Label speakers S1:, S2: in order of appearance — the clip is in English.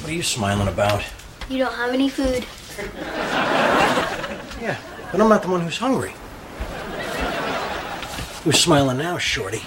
S1: What are you smiling about?
S2: You don't have any food.
S1: Yeah, but I'm not the one who's hungry. Who's smiling now, Shorty?